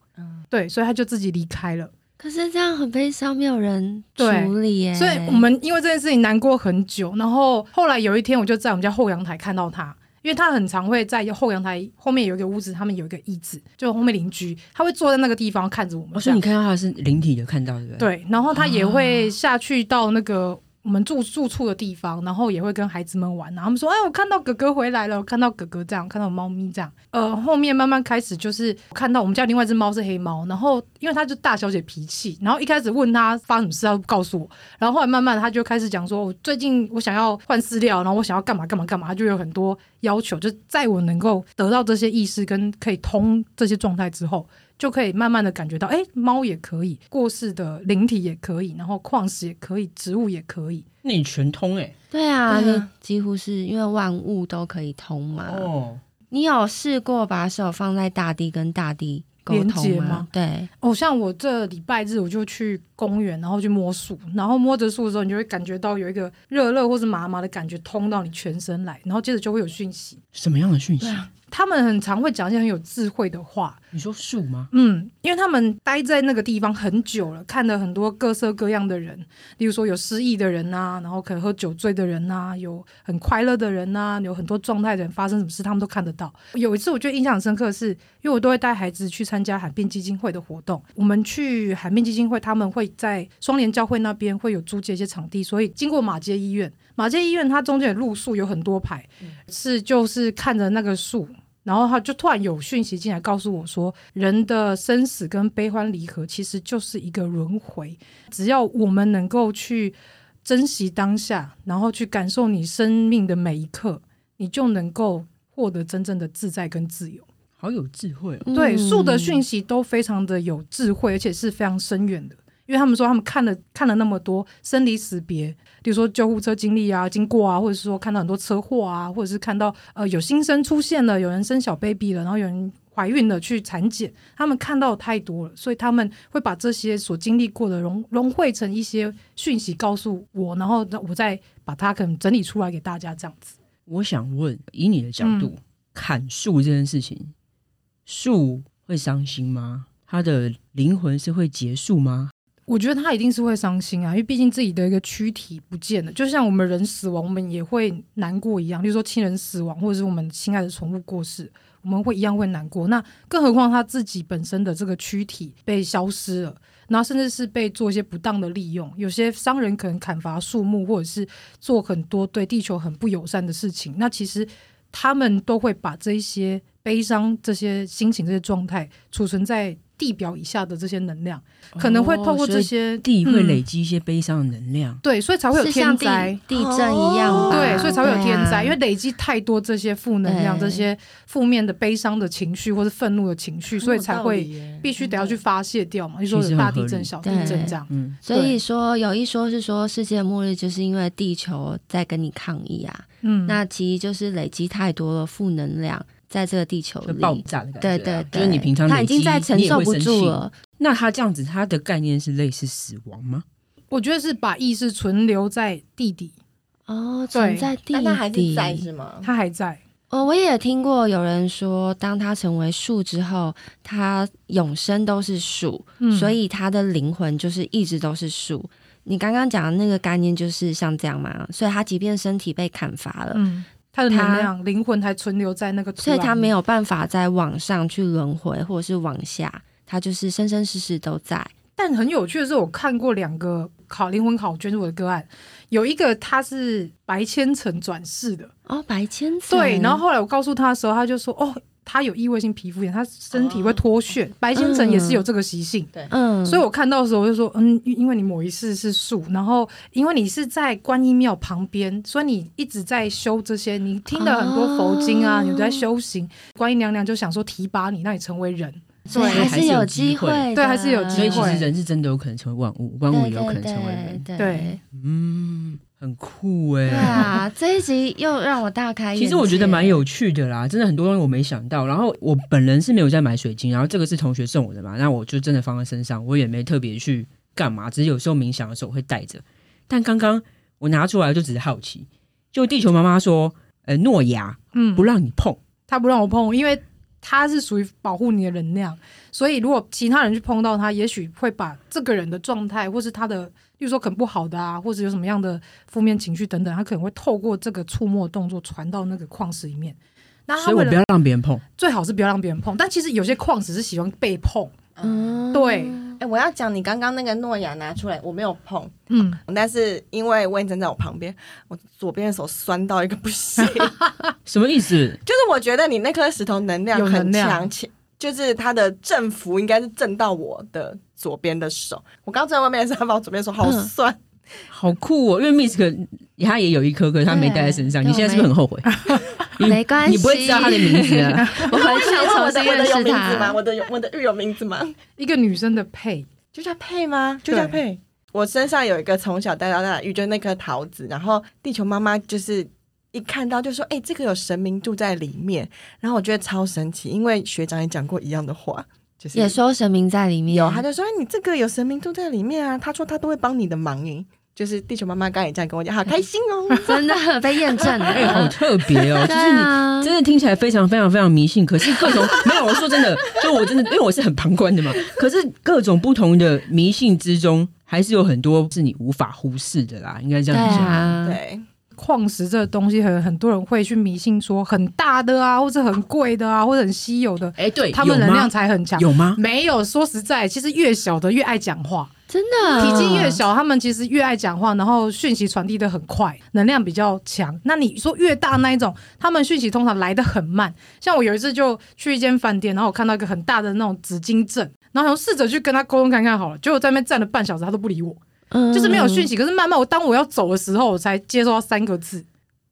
Speaker 4: 对，所以他就自己离开了。
Speaker 2: 可是这样很悲伤，没有人
Speaker 4: 对
Speaker 2: 处理耶。
Speaker 4: 所以我们因为这件事情难过很久，然后后来有一天我就在我们家后阳台看到他。因为他很常会在后阳台后面有一个屋子，他们有一个椅子，就后面邻居，他会坐在那个地方看着我们
Speaker 1: 哦，
Speaker 4: 这
Speaker 1: 所以
Speaker 4: 样。
Speaker 1: 你看到它是灵体的，看到对不对？，
Speaker 4: 对，然后他也会下去到那个我们住住处的地方，然后也会跟孩子们玩。然后他们说：“哎，我看到哥哥回来了，我看到哥哥这样，看到猫咪这样。”呃，后面慢慢开始就是看到我们家另外一只猫是黑猫，然后因为它就大小姐脾气，然后一开始问她发生什么事，她都不告诉我。然后后来慢慢她就开始讲说：“我最近我想要换饲料，然后我想要干嘛干嘛干嘛。”她就有很多要求，就在我能够得到这些意识跟可以通这些状态之后，就可以慢慢的感觉到，哎，猫也可以，过世的灵体也可以，然后矿石也可以，植物也可以。
Speaker 1: 那你全通哎、
Speaker 2: 对啊，
Speaker 3: 对啊
Speaker 2: 你几乎是因为万物都可以通嘛。
Speaker 1: 哦，
Speaker 2: 你有试过把手放在大地跟大地沟
Speaker 4: 连
Speaker 2: 通
Speaker 4: 接
Speaker 2: 吗
Speaker 4: 吗？
Speaker 2: 对，
Speaker 4: 哦，像我这礼拜日我就去公园，然后去摸树，然后摸着树的时候，你就会感觉到有一个热热或是麻麻的感觉通到你全身来，然后接着就会有讯息。
Speaker 1: 什么样的讯息？
Speaker 4: 他们很常会讲一些很有智慧的话，
Speaker 1: 你说树吗？
Speaker 4: 嗯，因为他们待在那个地方很久了，看了很多各色各样的人，例如说有失忆的人呐、然后可能喝酒醉的人呐、有很快乐的人呐、有很多状态的人发生什么事，他们都看得到。有一次我觉得印象很深刻的是，因为我都会带孩子去参加海边基金会的活动，我们去海边基金会，他们会在双联教会那边会有租借一些场地，所以经过马街医院，马街医院它中间的路数有很多排，是就是看着那个树，然后他就突然有讯息进来告诉我说，人的生死跟悲欢离合其实就是一个轮回，只要我们能够去珍惜当下，然后去感受你生命的每一刻，你就能够获得真正的自在跟自由。
Speaker 1: 好有智慧
Speaker 2: 嗯
Speaker 1: 哦！
Speaker 4: 对，树的讯
Speaker 2: 息，
Speaker 4: 息都非常的有智慧，而且是非常深远的。因为他们说他们看了看了那么多生离死别，比如说救护车经历啊、经过啊，或者是说看到很多车祸啊，或者是看到呃有新生出现了，有人生小 baby 了，然后有人怀孕了去产检，他们看到太多了，所以他们会把这些所经历过的融融汇成一些讯息告诉我，然后我再把它可能整理出来给大家这样子。
Speaker 2: 嗯
Speaker 1: 我想问，以你的角度，砍树这件事情，树会伤心吗？它的灵魂是会结束吗？
Speaker 4: 我觉得他一定是会伤心啊，因为毕竟自己的一个躯体不见了，就像我们人死亡，我们也会难过一样。比如说亲人死亡，或者是我们亲爱的宠物过世，我们会一样会难过。那更何况他自己本身的这个躯体被消失了，然后甚至是被做一些不当的利用。有些商人可能砍伐树木，或者是做很多对地球很不友善的事情。那其实他们都会把这一些悲伤、这些心情、这些状态储存在地表以下的这些能量。可能
Speaker 2: 哦
Speaker 4: 会透过这些
Speaker 1: 地会
Speaker 4: 嗯
Speaker 1: 累积一些悲伤的能量。
Speaker 4: 对，所以啊才会有
Speaker 2: 是
Speaker 4: 天
Speaker 2: 像
Speaker 4: 灾
Speaker 2: 地。地震一样
Speaker 1: 哦
Speaker 2: 吧？
Speaker 4: 对，所以才会有天灾，
Speaker 2: 哦对啊
Speaker 4: 因为累积太多这些负能量、
Speaker 2: 对
Speaker 4: 这些负面的悲伤的情绪或是愤怒的情
Speaker 2: 哦
Speaker 4: 绪，所以才会必须得要去发泄掉嘛。你说
Speaker 1: 其实
Speaker 4: 有大
Speaker 1: 很合
Speaker 4: 地震、
Speaker 1: 理
Speaker 4: 小地
Speaker 2: 嗯对
Speaker 4: 震这样，
Speaker 1: 嗯，
Speaker 2: 所以说有一说是说世界末日就是因为地球在跟你抗议啊，
Speaker 4: 嗯，
Speaker 2: 那其实就是累积太多了负能量在这个地球
Speaker 1: 就
Speaker 2: 里，
Speaker 1: 爆炸的感觉啊、
Speaker 2: 对对
Speaker 1: 就
Speaker 2: 对，
Speaker 1: 是你平常
Speaker 2: 他已
Speaker 1: 累积
Speaker 2: 经在承受不。
Speaker 1: 你也
Speaker 2: 住
Speaker 1: 会生气
Speaker 2: 了，
Speaker 1: 那它这样子，它的概念是类似死亡吗？
Speaker 2: 嗯
Speaker 4: 我觉得是把意识存留在地底，
Speaker 2: 哦，存
Speaker 4: 对
Speaker 2: 在地
Speaker 3: 但
Speaker 2: 底，
Speaker 3: 他还是在是吗？
Speaker 4: 它还在。
Speaker 2: 哦，我也听过有人说，当他成为树之后，他永生都是树，
Speaker 4: 嗯
Speaker 2: 所以他的灵魂就是一直都是树。你刚刚讲的那个概念就是像这样嘛，所以他即便身体被砍伐了，
Speaker 4: 嗯，它的能
Speaker 2: 它
Speaker 4: 量、灵魂还存留在那个土壤里，
Speaker 2: 所以他没有办法再往上去轮回，或者是往下，他就是生生世世都在。
Speaker 4: 但很有趣的是，我看过两个考灵魂考卷是我的个案，有一个他是白千层转世的，
Speaker 2: 哦，白千层
Speaker 4: 对，然后后来我告诉他的时候，他就说哦，他有异位性皮肤炎，他身体会脱屑，白千层也是有这个习性。
Speaker 2: 嗯，
Speaker 4: 所以我看到的时候，我就说，嗯，因因为你某一世是树，然后因为你是在观音庙旁边，所以你一直在修这些，你听了很多佛经啊，
Speaker 2: 哦
Speaker 4: 你在修行，观音娘娘就想说提拔你，让你成为人，
Speaker 2: 所以
Speaker 1: 对
Speaker 2: 还
Speaker 1: 还是
Speaker 2: 有
Speaker 1: 有
Speaker 2: 机
Speaker 1: 机会
Speaker 2: 会的，
Speaker 4: 对还是有机
Speaker 1: 所以其
Speaker 4: 会
Speaker 1: 实人是真的有可能成为万物，万物也有可能成为人。
Speaker 2: 对对
Speaker 4: 对
Speaker 2: 对
Speaker 1: 嗯，很酷哎、
Speaker 2: 对啊！这一集又让我大开眼界。
Speaker 1: 其实我觉得蛮有趣的啦，真的很多东西我没想到。然后我本人是没有在买水晶，然后这个是同学送我的嘛，那我就真的放在身上，我也没特别去干嘛，只是有时候冥想的时候会带着。但刚刚我拿出来就只是好奇，就地球妈妈说，呃，诺亚
Speaker 4: 嗯，
Speaker 1: 不让你碰，
Speaker 4: 他不让我碰，因为他是属于保护你的能量，所以如果其他人去碰到他，也许会把这个人的状态，或是他的，例如说可能不好的啊，或者有什么样的负面情绪等等，他可能会透过这个触摸动作传到那个矿石里面。
Speaker 2: 啊
Speaker 4: 那他
Speaker 1: 所以
Speaker 4: 为
Speaker 1: 我
Speaker 4: 了
Speaker 1: 不要让别人 碰。
Speaker 4: 最好是不要让别人碰，但其实有些矿石是喜欢被碰，
Speaker 2: 嗯，
Speaker 4: 对，
Speaker 3: 哎、我要讲你刚刚那个诺亚拿出来，我没有碰，
Speaker 4: 嗯，
Speaker 3: 但是因为温真在我旁边，我左边的手酸到一个 不行，就
Speaker 1: 什么意思？
Speaker 3: 是我觉得你那颗石头能量
Speaker 4: 有能
Speaker 3: 很
Speaker 4: 量
Speaker 3: 强，其就是它的振幅应该是震到我的左边的手。我刚坐在外面的沙发，我左边手好
Speaker 2: 嗯
Speaker 3: 酸，
Speaker 1: 好酷哦！因为 Miss 可他也有一颗，可是他没带在身上。
Speaker 2: 对
Speaker 1: 你现在是不是很后悔？你
Speaker 2: 没关系，
Speaker 1: 你不会知道他的名字啊？
Speaker 2: 我回去
Speaker 3: 想问
Speaker 2: 重
Speaker 3: 我的
Speaker 2: 新
Speaker 3: 我
Speaker 2: 认
Speaker 3: 的有
Speaker 2: 识
Speaker 3: 名字吗？
Speaker 2: 他。
Speaker 3: 我的有我的玉有名字吗？
Speaker 4: 一个女生的配，
Speaker 3: 就叫佩吗？就叫佩。我身上有一个从小带到大的玉，就是那颗桃子。然后地球妈妈就是一看到就说：“哎、这个有神明住在里面。”然后我觉得超神奇，因为学长也讲过一样的话，就是
Speaker 2: 也说神明在里面，
Speaker 3: 有，他就说：“哎，你这个有神明住在里面啊。”他说他都会帮你的忙耶。就是地球妈妈刚才也这样跟我讲，好开心哦。
Speaker 2: 真的被验证
Speaker 1: 哎、好
Speaker 2: 了。
Speaker 1: 特别 哦！就
Speaker 2: 对
Speaker 1: 是你
Speaker 2: 啊，
Speaker 1: 真的听起来非常非常非常迷信，可是各种 没有。我说真的，就我真的，因为我是很旁观的嘛。可是各种不同的迷信之中，还是有很多是你无法忽视的啦，应该这
Speaker 2: 对
Speaker 1: 样讲。
Speaker 4: 嗯
Speaker 2: 啊，
Speaker 3: 对，
Speaker 4: 矿石这个东西很很多人会去迷信说很大的啊，或者很贵的啊，或者很稀有的，
Speaker 1: 哎、对，
Speaker 4: 他们
Speaker 1: 有吗
Speaker 4: 能量才很强。
Speaker 1: 有吗？
Speaker 4: 没有，说实在，其实越小的越爱讲话，
Speaker 2: 真的
Speaker 4: 体积越小，他们其实越爱讲话，然后讯息传递的很快，能量比较强。那你说越大那一种，他们讯息通常来的很慢。像我有一次就去一间饭店，然后我看到一个很大的那种紫金阵，然后想试着去跟他沟通看看好了，结果在那边站了半小时，他都不理我，
Speaker 2: 嗯
Speaker 4: 就是没有讯息。可是慢慢我当我要走的时候，我才接收到三个字：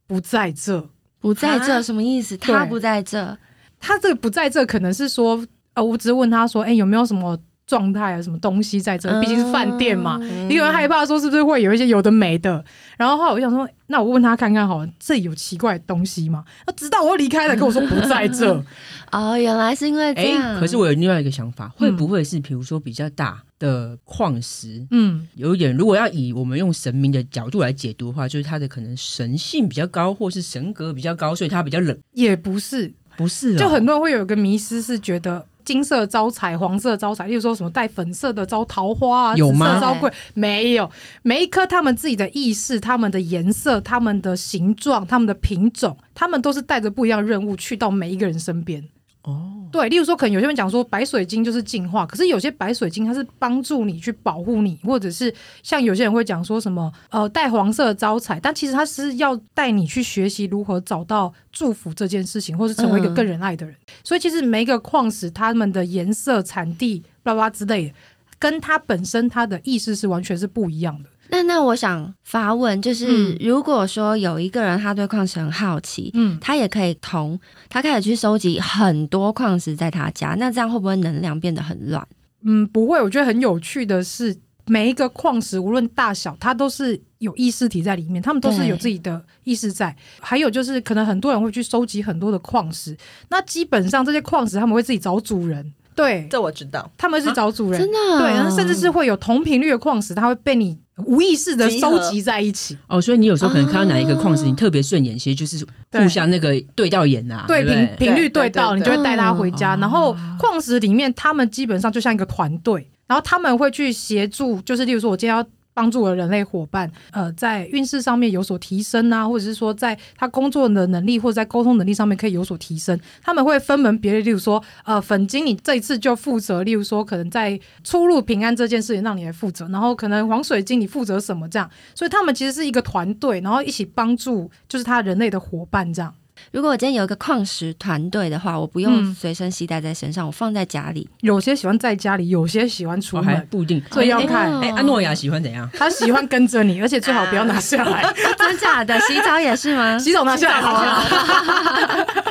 Speaker 4: 不在这。
Speaker 2: 不在这
Speaker 3: 啊
Speaker 2: 什么意思？
Speaker 4: 对
Speaker 2: 他不在这，
Speaker 4: 他这个不在这，可能是说，呃，我只是问他说，哎、有没有什么状态啊，什么东西在这？毕竟是饭店嘛，
Speaker 2: 嗯
Speaker 4: 你有人害怕说是不是会有一些有的没的？然后后来我想说，那我问他看看好了，这里有奇怪的东西吗？他直到我离开了，跟我说不在这，
Speaker 2: 哦，原来是因为
Speaker 1: 哎、
Speaker 2: 这样。
Speaker 1: 可是我有另外一个想法，会
Speaker 4: 嗯
Speaker 1: 不会是比如说比较大的矿石？
Speaker 4: 嗯，
Speaker 1: 有一点，如果要以我们用神明的角度来解读的话，就是他的可能神性比较高，或是神格比较高，所以他比较冷。
Speaker 4: 也不是，
Speaker 1: 不是、哦，
Speaker 4: 就很多人会有一个迷失，是觉得金色招财、黄色招财，例如说什么带粉色的招桃花啊，
Speaker 1: 有吗
Speaker 4: 紫色招贵没有，每一颗他们自己的意识、他们的颜色、他们的形状、他们的品种，他们都是带着不一样的任务去到每一个人身边。
Speaker 1: 哦，
Speaker 4: 对，例如说，可能有些人讲说白水晶就是净化，可是有些白水晶它是帮助你去保护你，或者是像有些人会讲说什么呃带黄色的招财，但其实它是要带你去学习如何找到祝福这件事情，或是成为一个
Speaker 2: 嗯
Speaker 4: 更仁爱的人。所以其实每一个矿石它们的颜色、产地、巴拉之类的，跟它本身它的意识是完全是不一样的。
Speaker 2: 那那我想发问，就是
Speaker 4: 嗯
Speaker 2: 如果说有一个人他对矿石很好奇，
Speaker 4: 嗯，
Speaker 2: 他也可以同他开始去收集很多矿石在他家，那这样会不会能量变得很乱？
Speaker 4: 嗯，不会。我觉得很有趣的是，每一个矿石无论大小，它都是有意识体在里面，它们都是
Speaker 2: 对
Speaker 4: 有自己的意识在。还有就是，可能很多人会去收集很多的矿石，那基本上这些矿石他们会自己找主人，对，
Speaker 3: 这我知道。
Speaker 4: 他们会自己找主人，
Speaker 2: 真的啊、
Speaker 4: 对，然后甚至是会有同频率的矿石，它会被你无意识的
Speaker 3: 集
Speaker 4: 收
Speaker 3: 合
Speaker 4: 集在一起。
Speaker 1: 哦，所以你有时候可能看到哪一个矿石
Speaker 2: 哦
Speaker 1: 你特别顺眼，其实就是
Speaker 4: 啊对
Speaker 1: 互相那个对到眼呐、啊，对
Speaker 4: 对
Speaker 1: 不对，
Speaker 4: 频频率
Speaker 3: 对对
Speaker 4: 对到，
Speaker 3: 对
Speaker 4: 你就会带他回家。
Speaker 1: 嗯
Speaker 4: 然后矿石里面，他们基本上就像一个团队，然后他们会去协助，就是例如说，我今天要。帮助我的人类伙伴，呃，在运势上面有所提升啊，或者是说在他工作的能力或者在沟通能力上面可以有所提升。他们会分门别类，例如说，呃，粉晶你这一次就负责，例如说可能在出入平安这件事情让你来负责，然后可能黄水晶你负责什么这样。所以他们其实是一个团队，然后一起帮助就是他人类的伙伴这样。
Speaker 2: 如果我今天有一个矿石团队的话，我不
Speaker 4: 嗯
Speaker 2: 用随身携带在身上，我放在家里。
Speaker 4: 有些喜欢在家里，有些喜欢出
Speaker 1: 我还
Speaker 4: 门，
Speaker 1: 不一定。
Speaker 4: 所以要看
Speaker 2: 哦
Speaker 1: 哎，安诺亚喜欢怎样？
Speaker 4: 他喜欢跟着你，而且最好不要拿下来，
Speaker 2: 真假的？洗澡也是 吗？
Speaker 4: 洗手拿下来好了，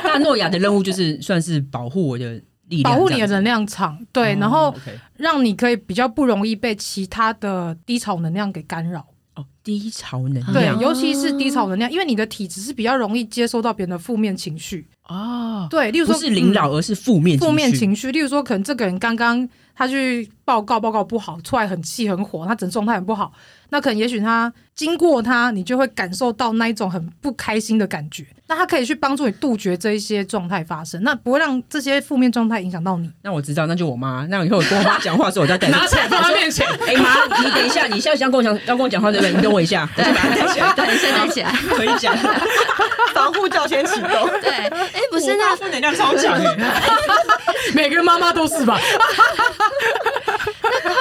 Speaker 1: 那诺亚的任务就是算是保护我的力量，
Speaker 4: 哦保护
Speaker 1: 这
Speaker 4: 你的
Speaker 1: 样子。
Speaker 4: 能量场，对，
Speaker 1: 哦
Speaker 4: 然后
Speaker 1: OK
Speaker 4: 让你可以比较不容易被其他的低潮能量给干扰，
Speaker 1: 哦，低潮能
Speaker 4: 对
Speaker 1: 量，哦
Speaker 4: 尤其是低潮能量，因为你的体质是比较容易接收到别人的负面情绪，
Speaker 1: 哦，
Speaker 4: 对，例如
Speaker 1: 不
Speaker 4: 说
Speaker 1: 是领
Speaker 4: 嗯
Speaker 1: 导，而是负面
Speaker 4: 负面
Speaker 1: 绪。
Speaker 4: 情绪，例如说，可能这个人刚刚他去报告，报告不好，出来很气很火，他整状态很不好。那可能也许他经过他，你就会感受到那一种很不开心的感觉。那他可以去帮助你杜绝这一些状态发生，那不会让这些负面状态影响到你。
Speaker 1: 那我知道，那就我妈。那以后我跟我妈讲话的时候，我再带拿起来放在面前。哎妈，你等一下，你下次要跟我讲要跟我讲话对不对？你等我一下，我就把它带起 来，
Speaker 2: 对，现在起来。
Speaker 1: 可以讲。
Speaker 3: 防护罩先启动，
Speaker 4: 嗯
Speaker 2: 对，哎，不是那
Speaker 1: 负能量超强哎。
Speaker 4: 每个妈妈都是吧？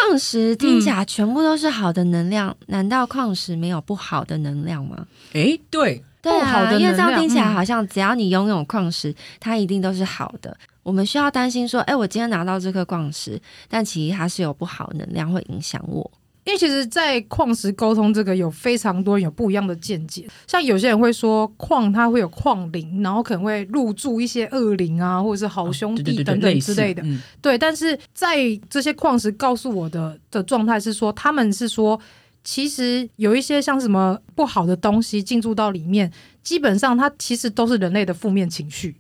Speaker 2: 矿石听起
Speaker 4: 嗯
Speaker 2: 来全部都是好的能量，难道矿石没有不好的能量吗？
Speaker 1: 哎，对，
Speaker 2: 对
Speaker 4: 不好的
Speaker 2: 啊，
Speaker 4: 能量
Speaker 2: 因为这样听起来
Speaker 4: 嗯
Speaker 2: 好像只要你拥有矿石，它一定都是好的。我们需要担心说，哎，我今天拿到这颗矿石，但其实它是有不好的能量会影响我。
Speaker 4: 因为其实，在矿石沟通这个有非常多人有不一样的见解，像有些人会说矿它会有矿灵，然后可能会入住一些恶灵啊，或者是好兄
Speaker 1: 哦对
Speaker 4: 弟
Speaker 1: 对对
Speaker 4: 等
Speaker 1: 对
Speaker 4: 等
Speaker 1: 类
Speaker 4: 之
Speaker 1: 似
Speaker 4: 类的。
Speaker 1: 嗯
Speaker 4: 对，但是在这些矿石告诉我的的状态是说，他们是说，其实有一些像什么不好的东西进入到里面，基本上它其实都是人类的负面情绪。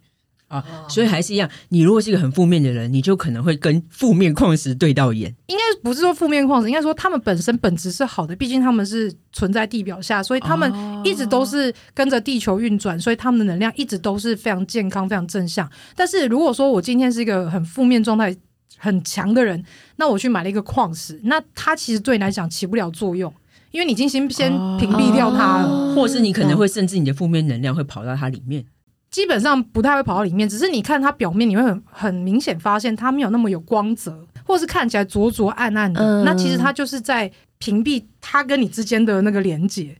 Speaker 1: 啊，所以还是一样，你如果是一个很负面的人，你就可能会跟负面矿石对到眼。
Speaker 4: 应该不是说负面矿石，应该说他们本身本质是好的，毕竟他们是存在地表下，所以他们一直都是跟着地球运转，所以他们的能量一直都是非常健康、非常正向。但是如果说我今天是一个很负面状态很强的人，那我去买了一个矿石，那它其实对你来讲起不了作用，因为你已经先先屏蔽掉它了。
Speaker 2: 哦
Speaker 1: 或是你可能会甚至你的负面能量会跑到它里面。
Speaker 4: 基本上不太会跑到里面，只是你看它表面，你会很很明显发现它没有那么有光泽，或是看起来灼灼暗暗的。
Speaker 2: 嗯
Speaker 4: 那其实它就是在屏蔽它跟你之间的那个连接，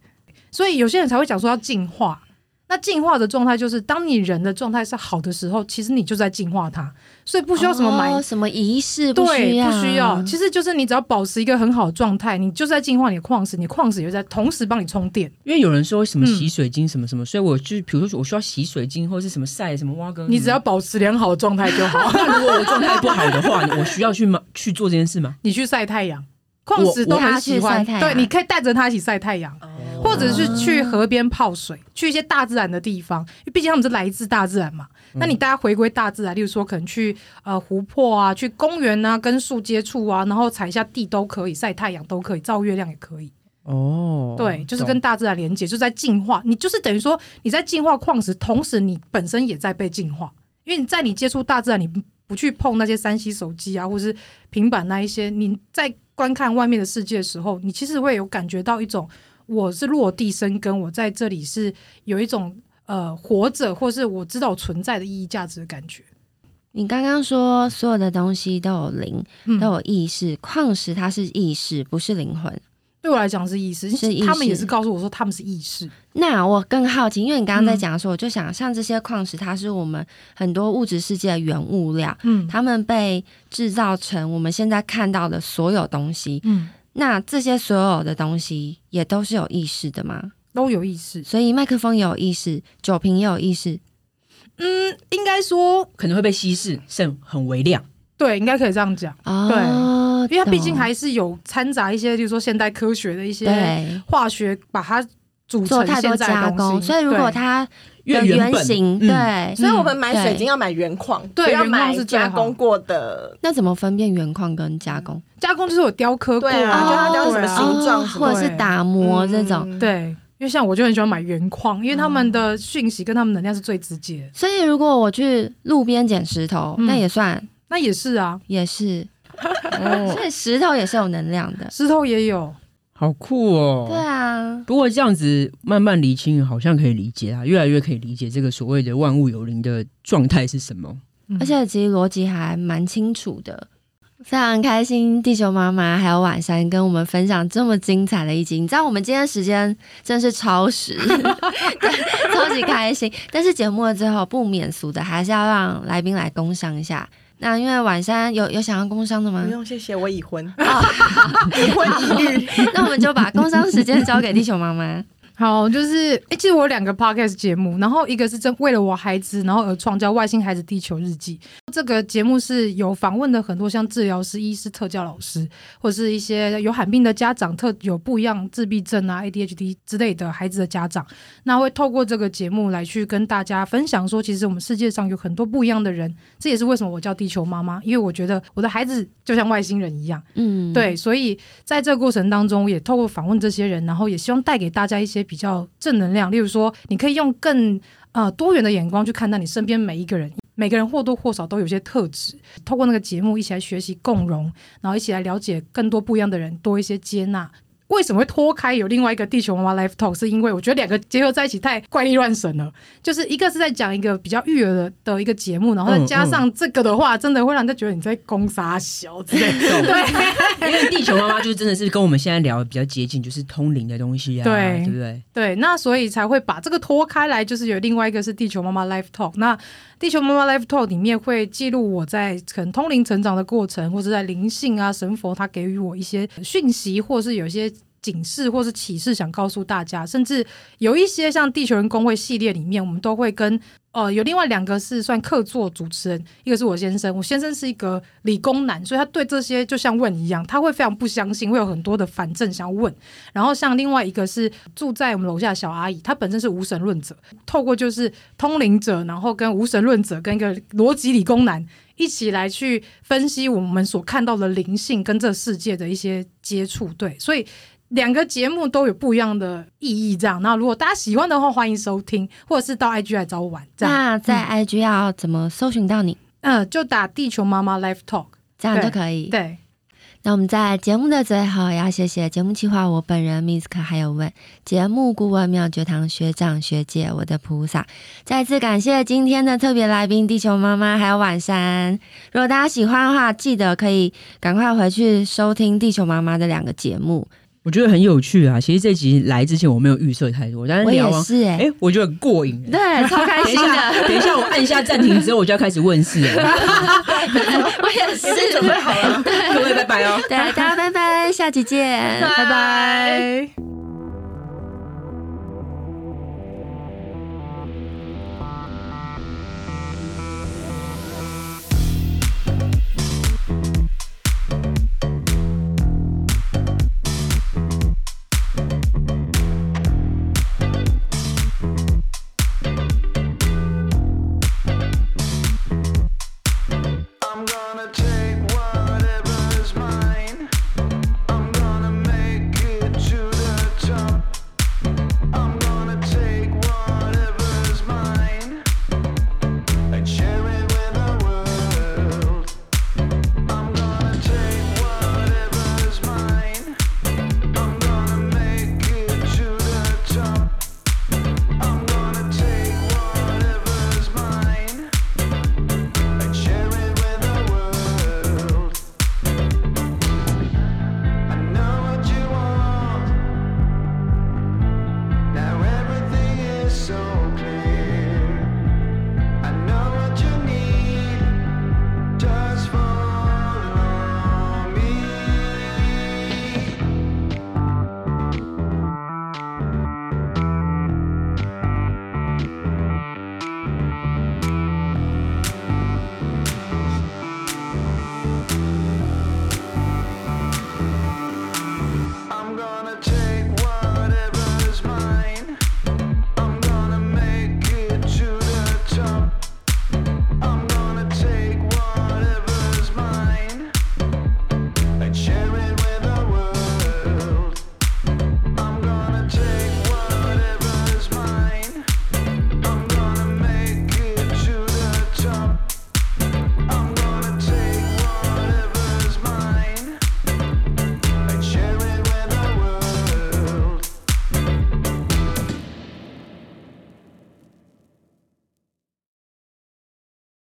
Speaker 4: 所以有些人才会讲说要进化。那进化的状态就是，当你人的状态是好的时候，其实你就在进化它，所以不需要什么买。
Speaker 2: 哦什么仪式，需
Speaker 4: 对，
Speaker 2: 要，
Speaker 4: 不需要。其实就是你只要保持一个很好的状态，你就是在净化你的矿石，你矿石也在同时帮你充电。
Speaker 1: 因为有人说什么
Speaker 4: 嗯
Speaker 1: 洗水晶什么什么，所以我就比如说我需要洗水晶或是什么晒什么挖根，
Speaker 4: 你只要保持良好的状态就好。
Speaker 1: 那如果我状态不好的话，我需要去吗？去做这件事吗？
Speaker 4: 你去晒太阳，矿石都很喜
Speaker 2: 我我他
Speaker 4: 欢。
Speaker 2: 去晒太
Speaker 4: 对，
Speaker 2: 阳哦
Speaker 4: 你可以带着它一起晒太阳，或者是去河边泡水，去一些大自然的地方，因为毕竟他们是来自大自然嘛。
Speaker 2: 嗯
Speaker 4: 那你大家回归大自然，例如说可能去呃湖泊啊，去公园啊，跟树接触啊，然后踩一下地都可以，晒太阳都可以，照月亮也可以。
Speaker 1: 哦，
Speaker 4: 对，就是
Speaker 1: 懂
Speaker 4: 跟大自然连接，就在进化。你就是等于说你在进化矿石，同时你本身也在被进化。因为你在你接触大自然，你不去碰那些三 C 手机啊，或是平板那一些，你在观看外面的世界的时候，你其实会有感觉到一种我是落地生根，我在这里是有一种呃活着，或是我知道我存在的意义价值的感觉。
Speaker 2: 你刚刚说所有的东西都有灵，
Speaker 4: 嗯
Speaker 2: 都有意识，矿石它是意识，不是灵魂。
Speaker 4: 对我来讲是意识，
Speaker 2: 是意识
Speaker 4: 他们也是告诉我说他们是意识。
Speaker 2: 那我更好奇，因为你刚刚在
Speaker 4: 嗯
Speaker 2: 讲的时候，我就想，像这些矿石，它是我们很多物质世界的原物料，
Speaker 4: 嗯
Speaker 2: 它们被制造成我们现在看到的所有东西。
Speaker 4: 嗯，
Speaker 2: 那这些所有的东西也都是有意识的吗？
Speaker 4: 都有意识。
Speaker 2: 所以麦克风也有意识，酒瓶也有意识，
Speaker 4: 嗯，应该说
Speaker 1: 可能会被稀释，剩很微量。
Speaker 4: 对，应该可以这样讲，
Speaker 2: 哦，
Speaker 4: 因为它毕竟
Speaker 2: 懂
Speaker 4: 还是有掺杂一些，就是说现代科学的一些
Speaker 2: 哦对
Speaker 4: 化学，把它组
Speaker 2: 做
Speaker 4: 成
Speaker 2: 太多
Speaker 4: 现在
Speaker 2: 加
Speaker 4: 的东
Speaker 2: 工，
Speaker 4: 西。
Speaker 2: 所以如果
Speaker 4: 对
Speaker 2: 它
Speaker 1: 越
Speaker 2: 的
Speaker 1: 原
Speaker 2: 原
Speaker 1: 本
Speaker 2: 型，
Speaker 1: 嗯
Speaker 2: 对，
Speaker 3: 所以我们买水
Speaker 2: 对
Speaker 3: 晶要买原矿，
Speaker 4: 对
Speaker 3: 不要
Speaker 4: 原矿
Speaker 3: 买
Speaker 4: 是最好
Speaker 3: 加工过的。
Speaker 2: 那怎么分辨原矿跟加工？
Speaker 4: 加工就是有雕刻过
Speaker 3: 对啊就它
Speaker 4: 雕
Speaker 3: 雕什么形状
Speaker 2: 哦
Speaker 3: 什么
Speaker 2: 或者是
Speaker 4: 对
Speaker 2: 打磨这种。
Speaker 3: 嗯，
Speaker 4: 对，因为像我就很喜欢买原矿，因为他
Speaker 2: 哦
Speaker 4: 们的讯息跟他们能量是最直接，
Speaker 2: 所以如果我去路边捡石头，
Speaker 4: 嗯
Speaker 2: 那也算
Speaker 4: 那也是啊，
Speaker 2: 也是，
Speaker 1: 哦，
Speaker 2: 所以石头也是有能量的。
Speaker 4: 石头也有，
Speaker 1: 好酷哦。
Speaker 2: 对啊，
Speaker 1: 不过这样子慢慢理清，好像可以理解啊，越来越可以理解这个所谓的万物有灵的状态是什么。
Speaker 4: 嗯
Speaker 2: 而且其实逻辑还蛮清楚的。非常开心，地球妈妈还有晚山跟我们分享这么精彩的一集。你知道我们今天时间真是超时，超级开心。但是节目的最后不免俗的，还是要让来宾来工商一下。那因为晚山有有想要工商的吗
Speaker 3: 不？用谢谢，我已婚，
Speaker 2: 哦，
Speaker 3: 已婚已育。
Speaker 2: 那我们就把工商时间交给地球妈妈。
Speaker 4: 好，就是哎、其实我有两个 podcast 节目，然后一个是真为了我孩子，然后而创叫《外星孩子地球日记》。这个节目是有访问的很多像治疗师、医师、特教老师，或者是一些有罕病的家长、特有不一样自闭症啊、ADHD 之类的孩子的家长，那会透过这个节目来去跟大家分享说，其实我们世界上有很多不一样的人。这也是为什么我叫地球妈妈，因为我觉得我的孩子就像外星人一样。
Speaker 2: 嗯，
Speaker 4: 对，所以在这个过程当中，我也透过访问这些人，然后也希望带给大家一些比较正能量，例如说，你可以用更呃多元的眼光去看待你身边每一个人。每个人或多或少都有一些特质，透过那个节目一起来学习共融，然后一起来了解更多不一样的人，多一些接纳。为什么会脱开有另外一个地球妈妈 Life Talk？是因为我觉得两个结合在一起太怪力乱神了。就是一个是在讲一个比较育儿的的一个节目，然后再加上这个的话，真的会让人家觉得你在攻杀 小 之类的。
Speaker 1: 懂
Speaker 4: 对，
Speaker 1: 因为地球妈妈就真的是跟我们现在聊的比较接近，就是通灵的东西啊，
Speaker 4: 对
Speaker 1: 对不对？
Speaker 4: 对，那所以才会把这个拖开来，就是有另外一个是地球妈妈 Life Talk。那地球妈妈 Life Talk 里面会记录我在可能通灵成长的过程，或者在灵性啊、神佛他给予我一些讯息，或是有一些。警示或是启示，想告诉大家，甚至有一些像地球人工会系列里面，我们都会跟呃有另外两个是算客座主持人，一个是我先生，我先生是一个理工男，所以他对这些就像问一样，他会非常不相信，会有很多的反正想要问。然后像另外一个是住在我们楼下的小阿姨，她本身是无神论者，透过就是通灵者，然后跟无神论者跟一个逻辑理工男一起来去分析我们所看到的灵性跟这世界的一些接触。对，所以。两个节目都有不一样的意义，这样。那如果大家喜欢的话，欢迎收听，或者是到 IG 来找我玩，这样。
Speaker 2: 那在 IG 要怎么搜寻到你？
Speaker 4: 嗯、就打“地球妈妈 Life Talk”。
Speaker 2: 这样就
Speaker 4: 对
Speaker 2: 可以。
Speaker 4: 对，
Speaker 2: 那我们在节目的最后，也要谢谢节目企划我本人 Misk，还有问节目顾问妙觉堂学长学姐，我的菩萨。再次感谢今天的特别来宾地球妈妈还有晚山。如果大家喜欢的话，记得可以赶快回去收听地球妈妈的两个节目。
Speaker 1: 我觉得很有趣啊。其实这集来之前我没有预设太多，但是
Speaker 2: 我
Speaker 1: 聊
Speaker 2: 也
Speaker 1: 完，
Speaker 2: 是哎、
Speaker 1: 哎、我觉得很过 瘾、哎
Speaker 2: 对，超开心 的，
Speaker 1: 等一下，我按一下暂停之后，我就要开始问事 了。
Speaker 2: 我也是。
Speaker 3: 已经准备好了。
Speaker 1: 各位，拜拜哦。
Speaker 2: 对，大家拜拜，下期见，拜拜。
Speaker 4: 拜。